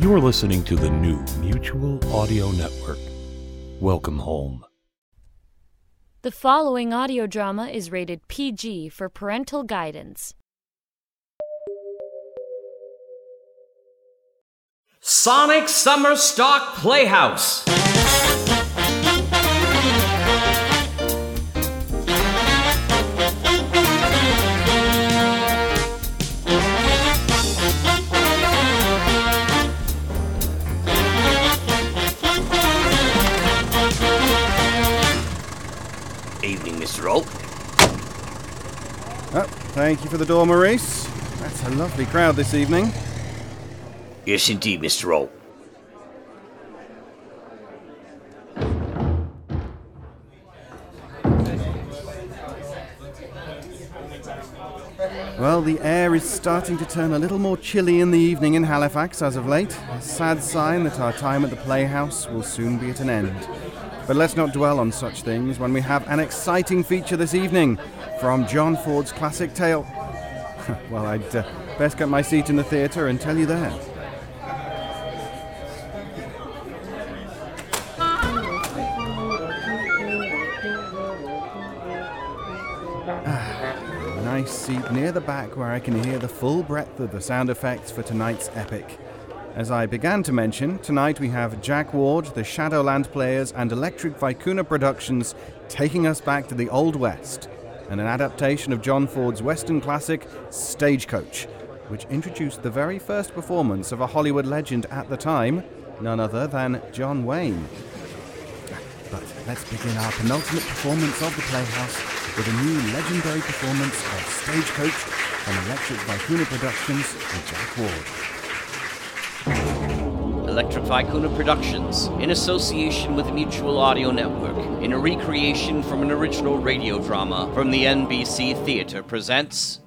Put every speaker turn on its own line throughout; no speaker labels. You're listening to the new Mutual Audio Network. Welcome home.
The following audio drama is rated PG for parental guidance.
Sonic Summer Stock Playhouse. Evening, Mr. Oak.
Oh, thank you for the door, Maurice. That's a lovely crowd this evening.
Yes, indeed, Mr. Oak.
Well, the air is starting to turn a little more chilly in the evening in Halifax as of late. A sad sign that our time at the Playhouse will soon be at an end. But let's not dwell on such things when we have an exciting feature this evening from John Ford's classic tale. well, I'd uh, best get my seat in the theatre and tell you there. nice seat near the back where I can hear the full breadth of the sound effects for tonight's epic. As I began to mention, tonight we have Jack Ward, the Shadowland Players, and Electric Vicuna Productions taking us back to the Old West, and an adaptation of John Ford's Western classic, Stagecoach, which introduced the very first performance of a Hollywood legend at the time, none other than John Wayne. But let's begin our penultimate performance of the Playhouse with a new legendary performance of Stagecoach from Electric Vicuna Productions with Jack Ward.
Electric Vicuna Productions, in association with Mutual Audio Network, in a recreation from an original radio drama from the NBC Theater, presents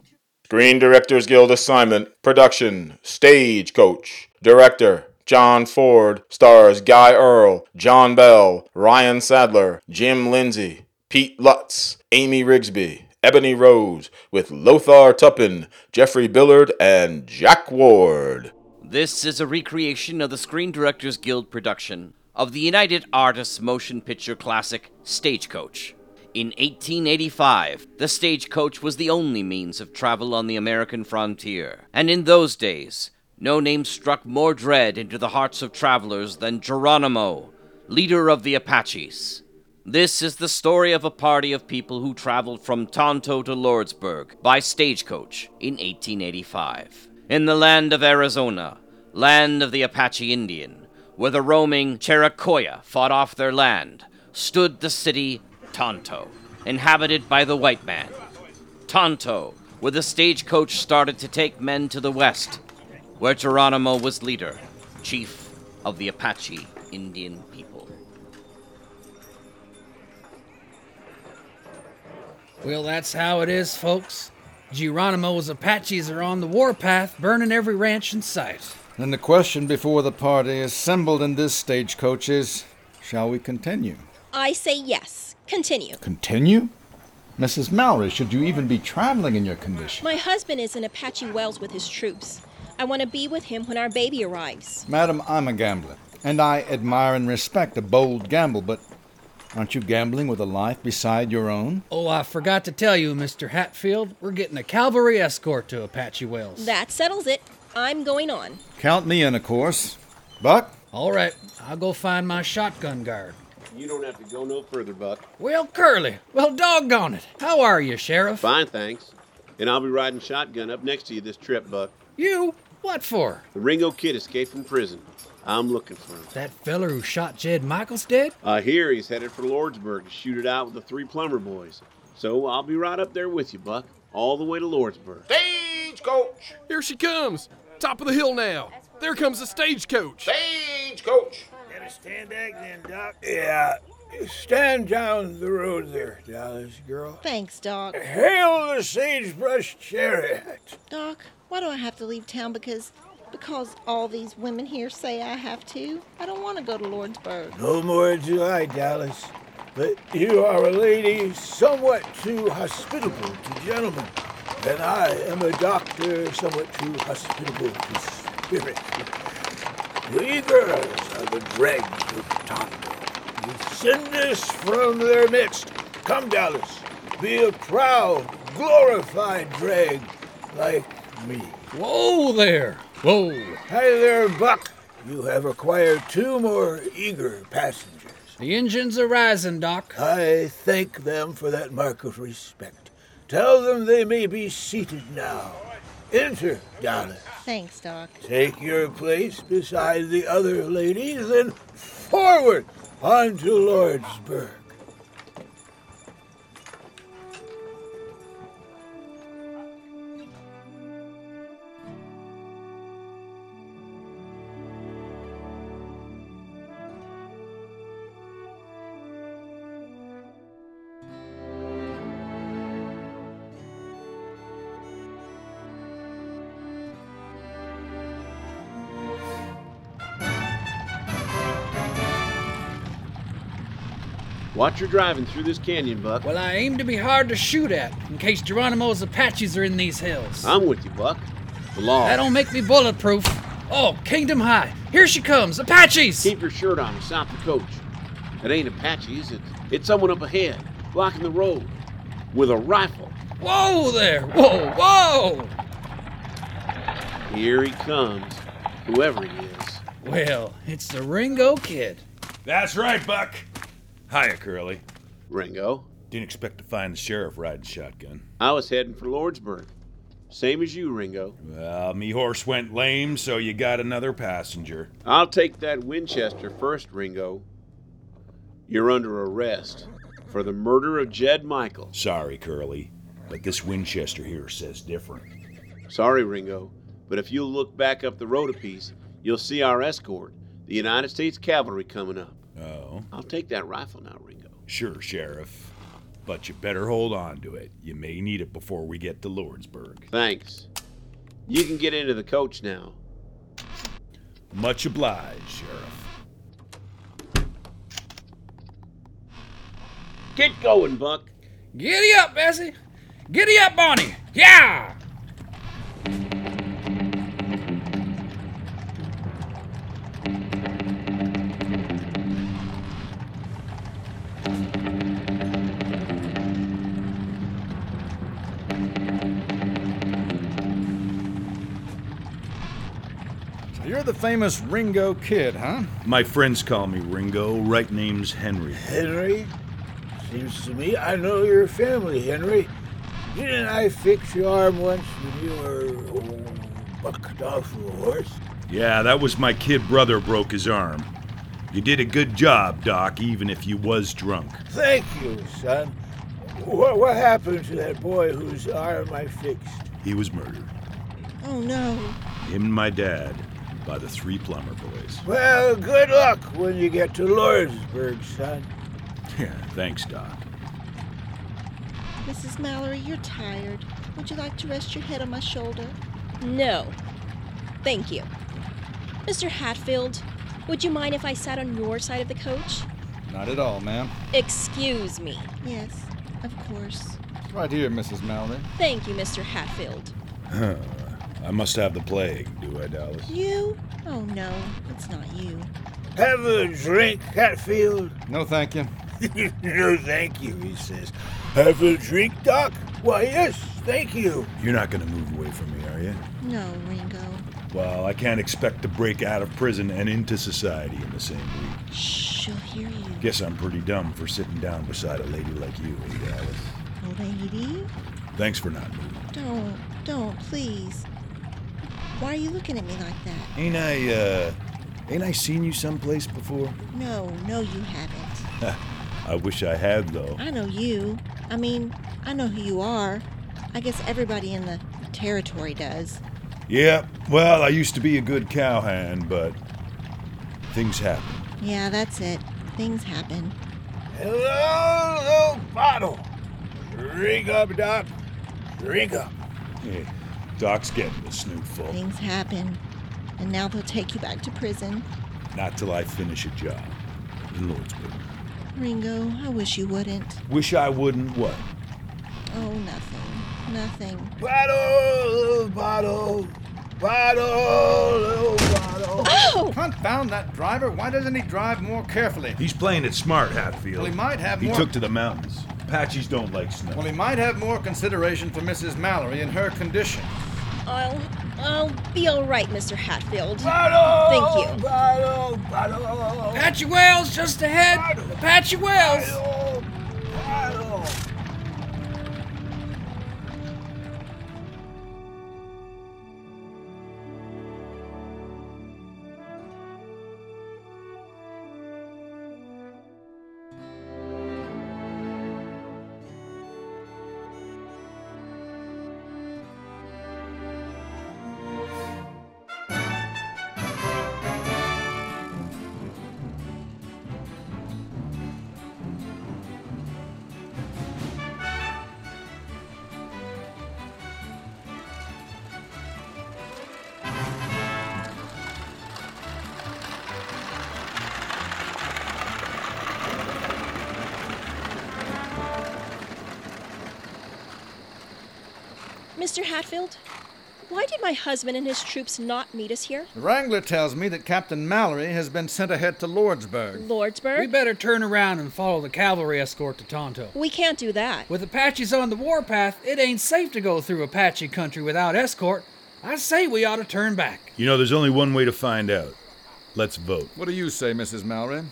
Screen Directors Guild assignment, production, stagecoach, director, John Ford, stars Guy Earl, John Bell, Ryan Sadler, Jim Lindsay, Pete Lutz, Amy Rigsby, Ebony Rose, with Lothar Tuppen, Jeffrey Billard, and Jack Ward.
This is a recreation of the Screen Directors Guild production of the United Artists motion picture classic Stagecoach. In 1885, the stagecoach was the only means of travel on the American frontier, and in those days, no name struck more dread into the hearts of travelers than Geronimo, leader of the Apaches. This is the story of a party of people who traveled from Tonto to Lordsburg by stagecoach in 1885. In the land of Arizona, land of the Apache Indian, where the roaming Cherokee fought off their land, stood the city Tonto, inhabited by the white man. Tonto, where the stagecoach started to take men to the west, where Geronimo was leader, chief of the Apache Indian people.
Well, that's how it is, folks. Geronimo's Apaches are on the warpath, burning every ranch in sight.
And the question before the party assembled in this stagecoach is shall we continue?
I say yes. Continue.
Continue? Mrs. Mallory, should you even be traveling in your condition?
My husband is in Apache Wells with his troops. I want to be with him when our baby arrives.
Madam, I'm a gambler, and I admire and respect a bold gamble, but aren't you gambling with a life beside your own?
Oh, I forgot to tell you, Mr. Hatfield, we're getting a cavalry escort to Apache Wells.
That settles it. I'm going on.
Count me in, of course. Buck,
All right, I'll go find my shotgun guard.
You don't have to go no further, Buck.
Well, Curly, well, doggone it. How are you, Sheriff?
Fine, thanks. And I'll be riding shotgun up next to you this trip, Buck.
You? What for?
The Ringo kid escaped from prison. I'm looking for him.
That feller who shot Jed Michaels dead?
I hear he's headed for Lordsburg to shoot it out with the three plumber boys. So I'll be right up there with you, Buck, all the way to Lordsburg.
Stagecoach!
Here she comes! Top of the hill now! There comes the stagecoach!
Stagecoach!
Gotta stand back then, Doc. Yeah. Stand down the road there, Dallas girl.
Thanks, Doc.
Hail the sagebrush chariot.
Doc, why do I have to leave town because because all these women here say I have to? I don't want to go to Lordsburg.
No more do I, Dallas. But you are a lady somewhat too hospitable to gentlemen. And I am a doctor somewhat too hospitable to spirit. We girls are the dregs of Tonga. You send us from their midst. Come, Dallas, be a proud, glorified dreg like me.
Whoa there! Whoa!
Hi there, Buck. You have acquired two more eager passengers.
The engines are rising, Doc.
I thank them for that mark of respect. Tell them they may be seated now. Enter, Dallas.
Thanks, Doc.
Take your place beside the other ladies and forward onto Lordsburg.
Watch your driving through this canyon, Buck.
Well, I aim to be hard to shoot at in case Geronimo's Apaches are in these hills.
I'm with you, Buck. The law.
That don't make me bulletproof. Oh, Kingdom High! Here she comes, Apaches!
Keep your shirt on and stop the coach. It ain't Apaches. It, it's someone up ahead, blocking the road with a rifle.
Whoa there! Whoa, whoa!
Here he comes, whoever he is.
Well, it's the Ringo Kid.
That's right, Buck. Hiya, Curly.
Ringo.
Didn't expect to find the sheriff riding shotgun.
I was heading for Lordsburg. Same as you, Ringo.
Well, me horse went lame, so you got another passenger.
I'll take that Winchester first, Ringo. You're under arrest for the murder of Jed Michael.
Sorry, Curly, but this Winchester here says different.
Sorry, Ringo, but if you look back up the road a piece, you'll see our escort, the United States Cavalry, coming up.
Oh.
I'll take that rifle now, Ringo.
Sure, Sheriff. But you better hold on to it. You may need it before we get to Lordsburg.
Thanks. You can get into the coach now.
Much obliged, Sheriff.
Get going, Buck.
Giddy up, Bessie. Giddy up, Bonnie. Yeah!
You're the famous Ringo Kid, huh?
My friends call me Ringo. Right name's Henry.
Henry? Seems to me I know your family, Henry. Didn't I fix your arm once when you were oh, bucked off a horse?
Yeah, that was my kid brother broke his arm. You did a good job, Doc, even if you was drunk.
Thank you, son. What, what happened to that boy whose arm I fixed?
He was murdered.
Oh, no.
Him and my dad by the three plumber boys.
Well, good luck when you get to Lordsburg, son.
Yeah, thanks, Doc.
Mrs. Mallory, you're tired. Would you like to rest your head on my shoulder?
No. Thank you. Mr. Hatfield, would you mind if I sat on your side of the coach?
Not at all, ma'am.
Excuse me.
Yes, of course.
Right here, Mrs. Mallory.
Thank you, Mr. Hatfield.
Huh. I must have the plague, do I, Dallas?
You? Oh, no, it's not you.
Have a drink, Hatfield.
No, thank you.
no, thank you, he says. Have a drink, Doc? Why, yes, thank you.
You're not going to move away from me, are you?
No, Ringo.
Well, I can't expect to break out of prison and into society in the same week.
Shh, she'll hear you.
Guess I'm pretty dumb for sitting down beside a lady like you, eh, Dallas?
Lady?
Thanks for not moving.
Don't, don't, please. Why are you looking at me like that?
Ain't I, uh, ain't I seen you someplace before?
No, no, you haven't.
I wish I had, though.
I know you. I mean, I know who you are. I guess everybody in the territory does.
Yeah, well, I used to be a good cowhand, but things happen.
Yeah, that's it. Things happen.
Hello, little bottle. Drink up, Doc. Drink up.
Hey. Doc's getting the snootful.
Things happen. And now they'll take you back to prison.
Not till I finish a job in Lordsburg.
Ringo, I wish you wouldn't.
Wish I wouldn't what?
Oh, nothing. Nothing.
Bottle, bottle, bottle, bottle.
Oh!
Hi Confound that driver. Why doesn't he drive more carefully?
He's playing it smart, Hatfield.
Well, he might have
He
more-
took to the mountains. Apaches don't like snow.
Well, he might have more consideration for Mrs. Mallory and her condition.
I'll I'll be all right, Mr. Hatfield. Thank you.
Apache Wells just ahead. Apache Wells.
Mr. Hatfield, why did my husband and his troops not meet us here?
The Wrangler tells me that Captain Mallory has been sent ahead to Lordsburg.
Lordsburg?
We better turn around and follow the cavalry escort to Tonto.
We can't do that.
With Apaches on the warpath, it ain't safe to go through Apache country without escort. I say we ought to turn back.
You know, there's only one way to find out. Let's vote.
What do you say, Mrs. Mallory?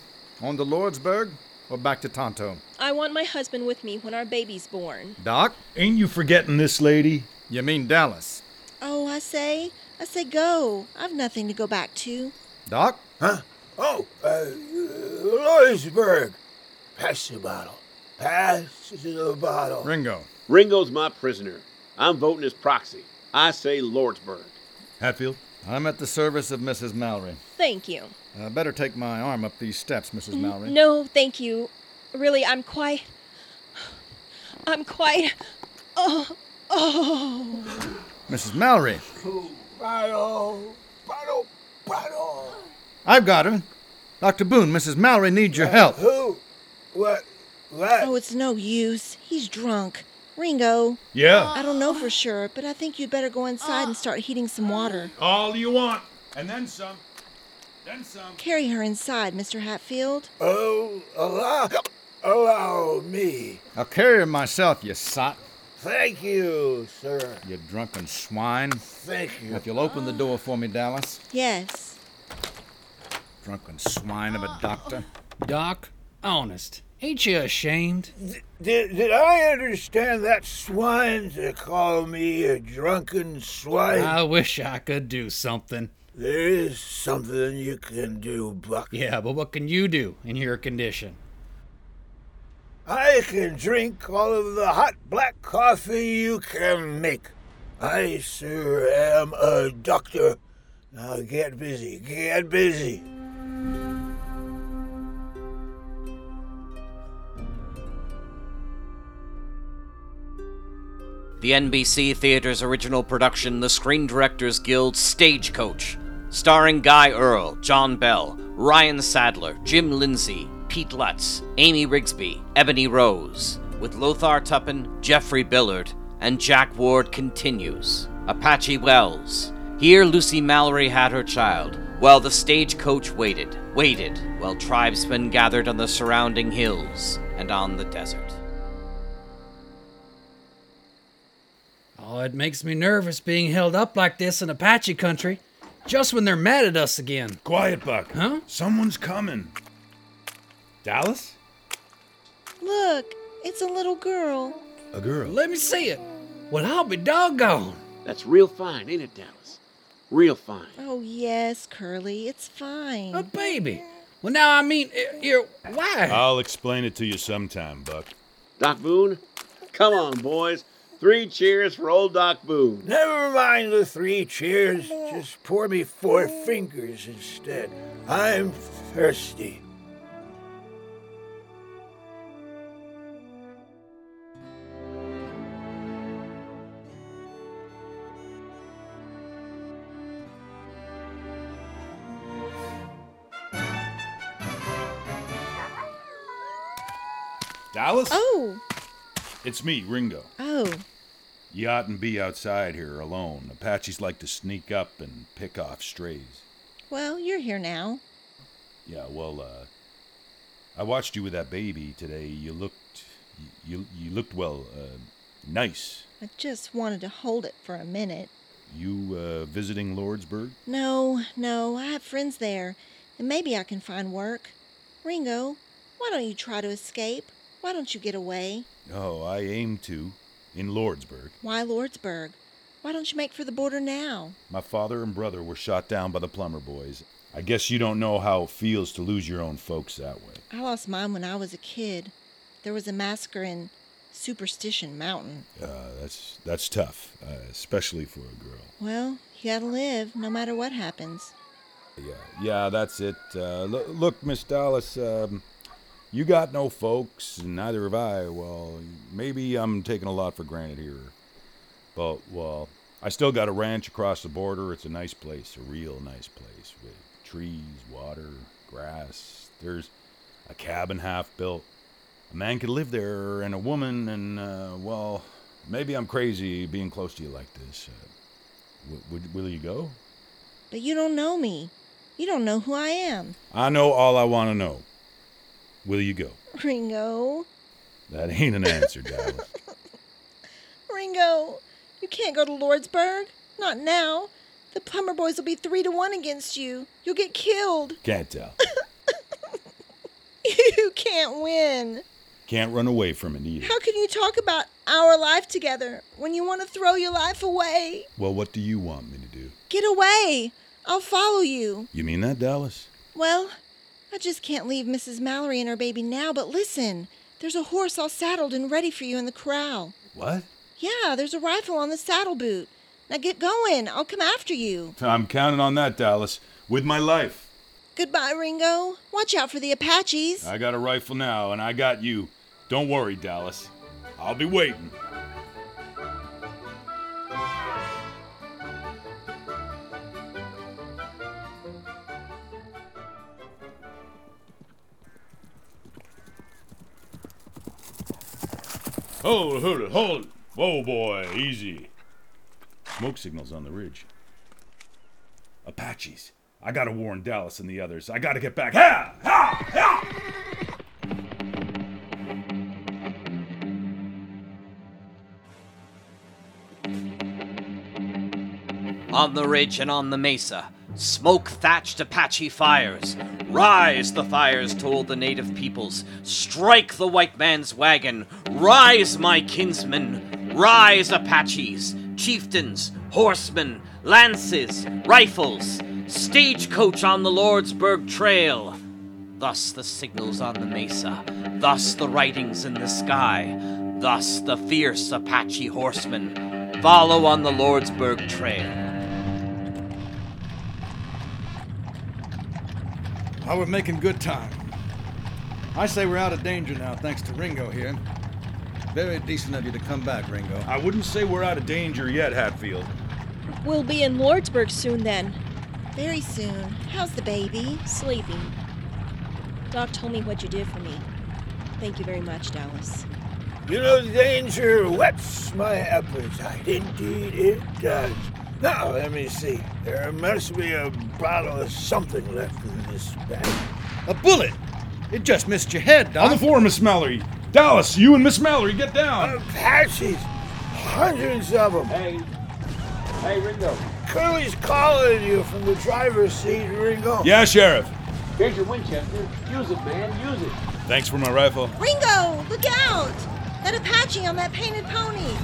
On to Lordsburg or back to Tonto?
I want my husband with me when our baby's born.
Doc?
Ain't you forgetting this lady?
You mean Dallas.
Oh, I say, I say, go. I've nothing to go back to.
Doc?
Huh? Oh, uh, Lordsburg. Pass the bottle. Pass the bottle.
Ringo.
Ringo's my prisoner. I'm voting as proxy. I say Lordsburg.
Hatfield?
I'm at the service of Mrs. Mallory.
Thank you.
I better take my arm up these steps, Mrs. Mallory.
No, thank you. Really, I'm quite. I'm quite. Oh, oh.
Mrs. Mallory,
Bottle. Bottle.
I've got her. Dr. Boone, Mrs. Mallory needs your help.
Who? What? What?
Oh, it's no use. He's drunk. Ringo.
Yeah.
I don't know for sure, but I think you'd better go inside and start heating some water.
All you want, and then some. Then some.
Carry her inside, Mr. Hatfield.
Oh, allow, allow me.
I'll carry her myself, you sot.
Thank you, sir.
You drunken swine.
Thank you.
If you'll open the door for me, Dallas.
Yes.
Drunken swine of a doctor.
Doc, honest, ain't you ashamed?
Did, did I understand that swine to call me a drunken swine?
I wish I could do something.
There is something you can do, Buck.
Yeah, but what can you do in your condition?
I can drink all of the hot black coffee you can make. I, sir, am a doctor. Now get busy, get busy.
The NBC Theater's original production, The Screen Directors Guild Stagecoach, starring Guy Earl, John Bell, Ryan Sadler, Jim Lindsay, Pete Lutz, Amy Rigsby, Ebony Rose, with Lothar Tuppen, Jeffrey Billard, and Jack Ward continues. Apache Wells. Here Lucy Mallory had her child, while the stagecoach waited, waited, while tribesmen gathered on the surrounding hills and on the desert.
Oh, it makes me nervous being held up like this in Apache country, just when they're mad at us again.
Quiet, Buck.
Huh?
Someone's coming. Dallas?
Look, it's a little girl.
A girl.
Let me see it. Well, I'll be doggone.
That's real fine, ain't it, Dallas? Real fine.
Oh, yes, Curly, it's fine.
A baby. Well, now I mean, i- you're why?
I'll explain it to you sometime, Buck.
Doc Boone? Come on, boys. Three cheers for old Doc Boone.
Never mind the three cheers, just pour me four fingers instead. I'm thirsty.
Dallas?
Oh,
It's me, Ringo.
oh.
You oughtn't be outside here alone. Apaches like to sneak up and pick off strays.
Well, you're here now.
Yeah, well, uh, I watched you with that baby today. You looked, you you looked well, uh, nice.
I just wanted to hold it for a minute.
You uh, visiting Lordsburg?
No, no, I have friends there, and maybe I can find work. Ringo, why don't you try to escape? Why don't you get away?
Oh, I aim to, in Lordsburg.
Why Lordsburg? Why don't you make for the border now?
My father and brother were shot down by the plumber boys. I guess you don't know how it feels to lose your own folks that way.
I lost mine when I was a kid. There was a massacre in Superstition Mountain.
Uh, that's that's tough, uh, especially for a girl.
Well, you gotta live, no matter what happens.
Yeah, yeah, that's it. Uh, lo- look, Miss Dallas, um, you got no folks, and neither have I. Well, maybe I'm taking a lot for granted here, but well, I still got a ranch across the border. It's a nice place, a real nice place with trees, water, grass. There's a cabin half built. A man could live there, and a woman, and uh, well, maybe I'm crazy being close to you like this. Uh, w- would, will you go?
But you don't know me. You don't know who I am.
I know all I want to know. Will you go?
Ringo,
That ain't an answer, Dallas.
Ringo, you can't go to Lordsburg. Not now. The plumber boys will be three to one against you. You'll get killed.
Can't tell.
You can't win.
Can't run away from it either.
How can you talk about our life together when you want to throw your life away?
Well, what do you want me to do?
Get away. I'll follow you.
You mean that, Dallas?
Well, I just can't leave Mrs. Mallory and her baby now, but listen. There's a horse all saddled and ready for you in the corral.
What?
Yeah, there's a rifle on the saddle boot. Now get going. I'll come after you.
I'm counting on that, Dallas. With my life.
Goodbye, Ringo. Watch out for the Apaches.
I got a rifle now, and I got you. Don't worry, Dallas. I'll be waiting.
Hold, hold it, hold it. Whoa, boy, easy.
Smoke signals on the ridge. Apaches. I gotta warn Dallas and the others. I gotta get back. Ha!
On the ridge and on the mesa, smoke thatched Apache fires. Rise, the fires told the native peoples. Strike the white man's wagon. Rise, my kinsmen. Rise, Apaches, chieftains, horsemen, lances, rifles. Stagecoach on the Lordsburg Trail. Thus the signals on the mesa, thus the writings in the sky, thus the fierce Apache horsemen follow on the Lordsburg Trail.
Oh, we're making good time. I say we're out of danger now, thanks to Ringo here. Very decent of you to come back, Ringo.
I wouldn't say we're out of danger yet, Hatfield.
We'll be in Lordsburg soon then.
Very soon. How's the baby?
Sleepy. Doc told me what you did for me. Thank you very much, Dallas.
You know, danger whets my appetite. Indeed, it does. Now, let me see. There must be a bottle of something left in this bag.
A bullet! It just missed your head, Doc.
On the floor, Miss Mallory. Dallas, you and Miss Mallory, get down.
Apaches! Uh, Hundreds of them! Hey, hey, Ringo. Curly's calling you from the driver's seat, Ringo.
Yeah, Sheriff.
Here's your Winchester. Use it, man. Use it.
Thanks for my rifle.
Ringo, look out! That Apache on that painted pony.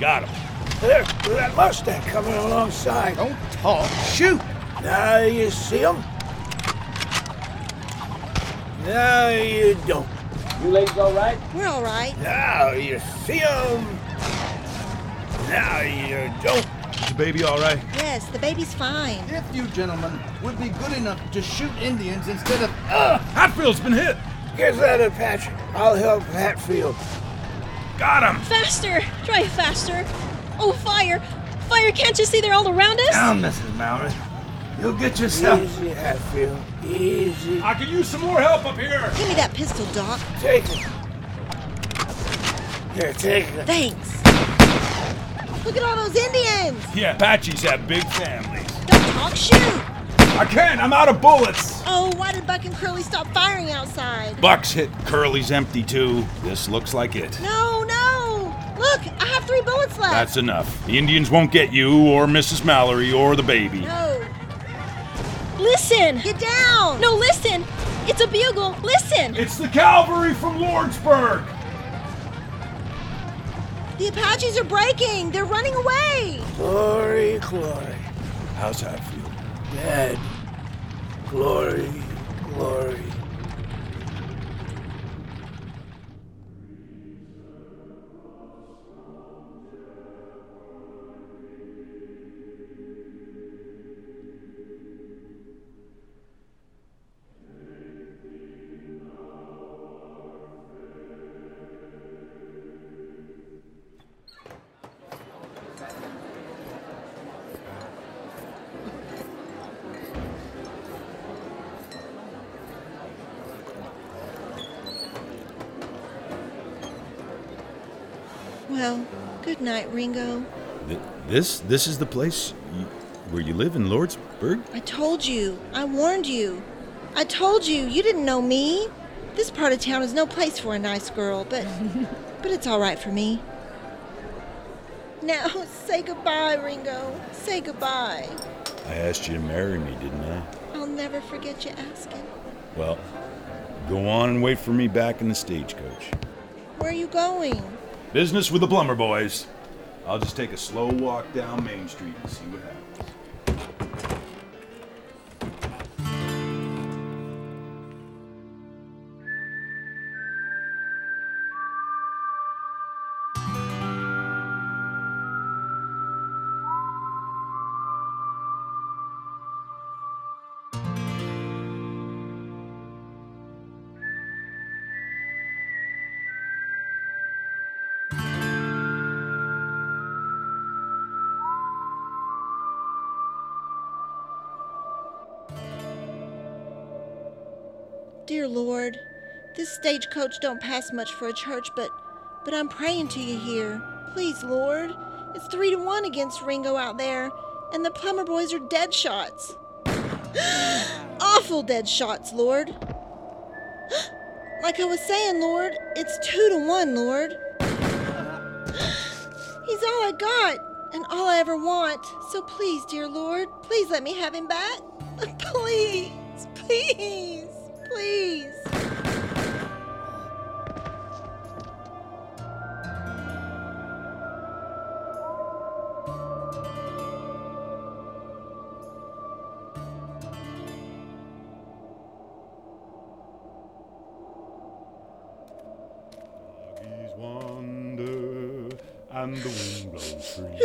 Got him.
There, that Mustang coming alongside. Don't talk. Shoot. Now you see him. Now you don't. You ladies all right?
We're all right.
Now you see him. Now you don't.
Is the baby all right?
Yes, the baby's fine.
If you gentlemen would be good enough to shoot Indians instead of.
Ugh!
Hatfield's been hit.
Get that Apache. I'll help Hatfield.
Got him.
Faster! Drive faster! Oh, fire! Fire! Can't you see they're all around us?
Down, Mrs. Mallory. You'll get
yourself-
Easy, Hatfield. Easy.
I could use some more help up here.
Give me that pistol, Doc.
Take it. Here, take it.
Thanks. Look at all those Indians!
Yeah, Apaches have big families.
Don't talk, shoot!
I can't. I'm out of bullets.
Oh, why did Buck and Curly stop firing outside?
Buck's hit. Curly's empty too. This looks like it.
No, no! Look, I have three bullets left.
That's enough. The Indians won't get you or Mrs. Mallory or the baby.
No.
Listen! Get down! No, listen! It's a bugle! Listen!
It's the cavalry from Lordsburg!
The Apaches are breaking. They're running away.
Glory, glory,
How's that feel?
dead. Glory, glory.
Well, good night, Ringo.
Th- this this is the place you, where you live in Lordsburg.
I told you. I warned you. I told you. You didn't know me. This part of town is no place for a nice girl, but but it's all right for me. Now say goodbye, Ringo. Say goodbye.
I asked you to marry me, didn't I?
I'll never forget you asking.
Well, go on and wait for me back in the stagecoach.
Where are you going?
Business with the plumber boys. I'll just take a slow walk down Main Street and see what happens.
Dear Lord, this stagecoach don't pass much for a church, but but I'm praying to you here. Please, Lord. It's three to one against Ringo out there, and the plumber boys are dead shots. Awful dead shots, Lord. like I was saying, Lord, it's two to one, Lord. He's all I got and all I ever want. So please, dear Lord, please let me have him back. please, please, please.
Doggies wander, and the wind blows free.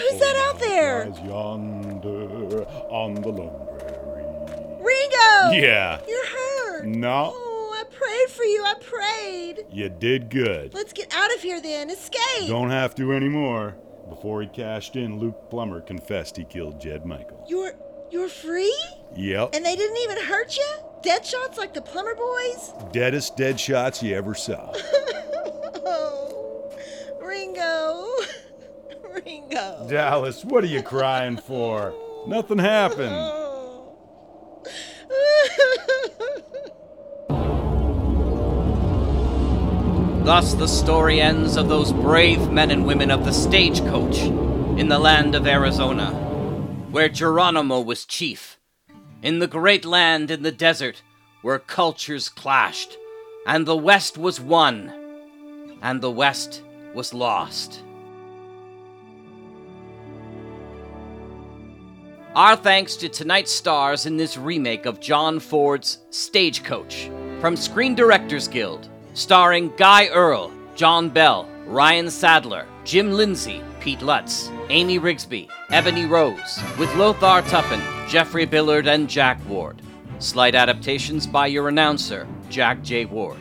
Who's that out there?
As yonder on the lone
Ringo!
Yeah.
Oh, You're hurt.
No,
Oh, I prayed for you. I prayed.
you did good.
Let's get out of here then. Escape.
Don't have to anymore. Before he cashed in, Luke Plummer confessed he killed Jed Michael.
You're you're free?
Yep.
And they didn't even hurt you? Dead shots like the plumber boys?
Deadest dead shots you ever saw.
Oh, Ringo. Ringo.
Dallas, what are you crying for? Nothing happened.
Thus, the story ends of those brave men and women of the stagecoach in the land of Arizona, where Geronimo was chief, in the great land in the desert where cultures clashed, and the West was won, and the West was lost. Our thanks to tonight's stars in this remake of John Ford's Stagecoach from Screen Directors Guild, starring Guy Earl, John Bell, Ryan Sadler, Jim Lindsay, Pete Lutz, Amy Rigsby, Ebony Rose, with Lothar Tuppen, Jeffrey Billard, and Jack Ward. Slight adaptations by your announcer, Jack J. Ward.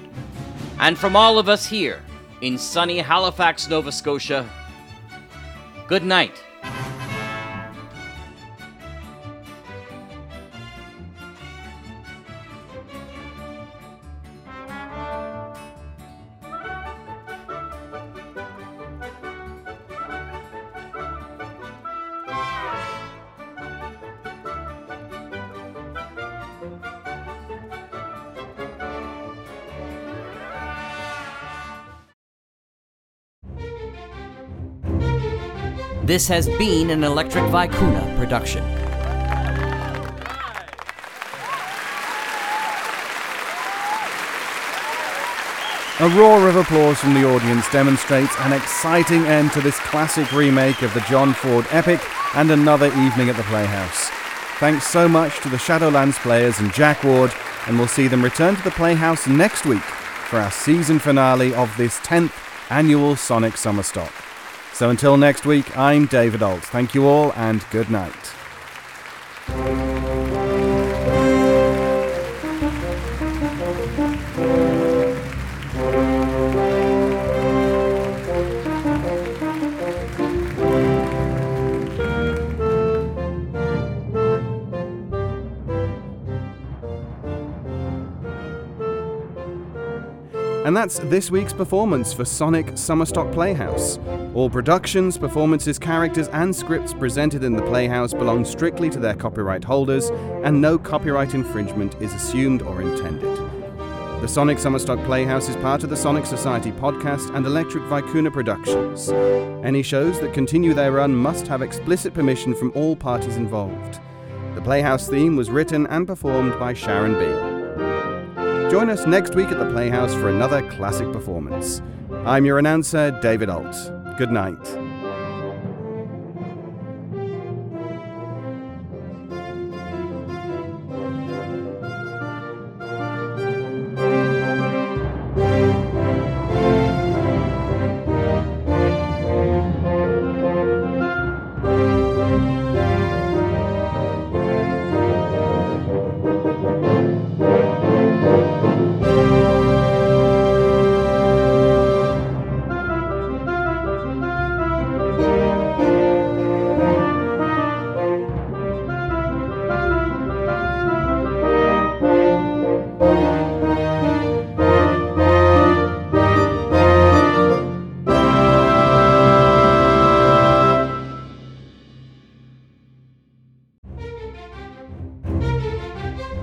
And from all of us here in sunny Halifax, Nova Scotia, good night.
This has been an Electric Vicuna production.
A roar of applause from the audience demonstrates an exciting end to this classic remake of the John Ford epic and another evening at the Playhouse. Thanks so much to the Shadowlands players and Jack Ward, and we'll see them return to the Playhouse next week for our season finale of this 10th annual Sonic Summer Stock. So until next week, I'm David Alt. Thank you all, and good night. And that's this week's performance for Sonic Summerstock Playhouse. All productions, performances, characters, and scripts presented in the Playhouse belong strictly to their copyright holders, and no copyright infringement is assumed or intended. The Sonic Summerstock Playhouse is part of the Sonic Society podcast and Electric Vicuna Productions. Any shows that continue their run must have explicit permission from all parties involved. The Playhouse theme was written and performed by Sharon B. Join us next week at the Playhouse for another classic performance. I'm your announcer, David Alt. Good night.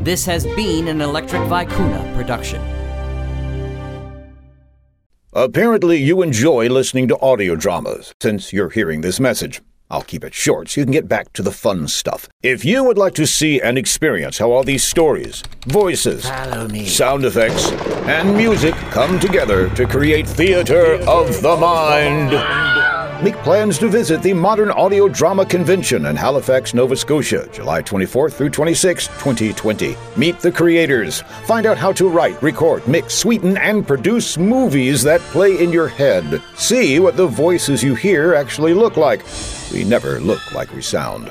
This has been an Electric Vicuna production.
Apparently, you enjoy listening to audio dramas since you're hearing this message. I'll keep it short so you can get back to the fun stuff. If you would like to see and experience how all these stories, voices, sound effects, and music come together to create theater of the mind, make plans to visit the Modern Audio Drama Convention in Halifax, Nova Scotia, July 24th through 26, 2020. Meet the creators. Find out how to write, record, mix, sweeten, and produce movies that play in your head. See what the voices you hear actually look like. We never look like we sound.